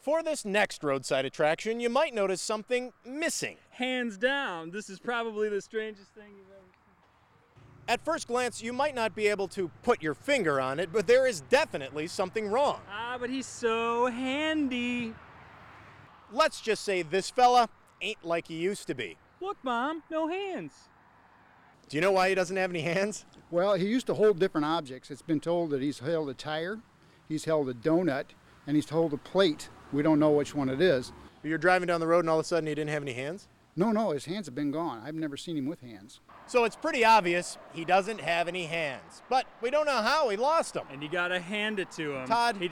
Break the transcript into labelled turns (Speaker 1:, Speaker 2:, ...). Speaker 1: For this next roadside attraction, you might notice something missing.
Speaker 2: Hands down, this is probably the strangest thing you've ever seen.
Speaker 1: At first glance, you might not be able to put your finger on it, but there is definitely something wrong.
Speaker 2: Ah, but he's so handy.
Speaker 1: Let's just say this fella ain't like he used to be.
Speaker 2: Look, Mom, no hands.
Speaker 1: Do you know why he doesn't have any hands?
Speaker 3: Well, he used to hold different objects. It's been told that he's held a tire, he's held a donut, and he's held a plate. We don't know which one it is.
Speaker 1: You're driving down the road and all of a sudden he didn't have any hands?
Speaker 3: No, no, his hands have been gone. I've never seen him with hands.
Speaker 1: So it's pretty obvious he doesn't have any hands. But we don't know how he lost them.
Speaker 2: And you gotta hand it to him.
Speaker 1: Todd.
Speaker 2: He-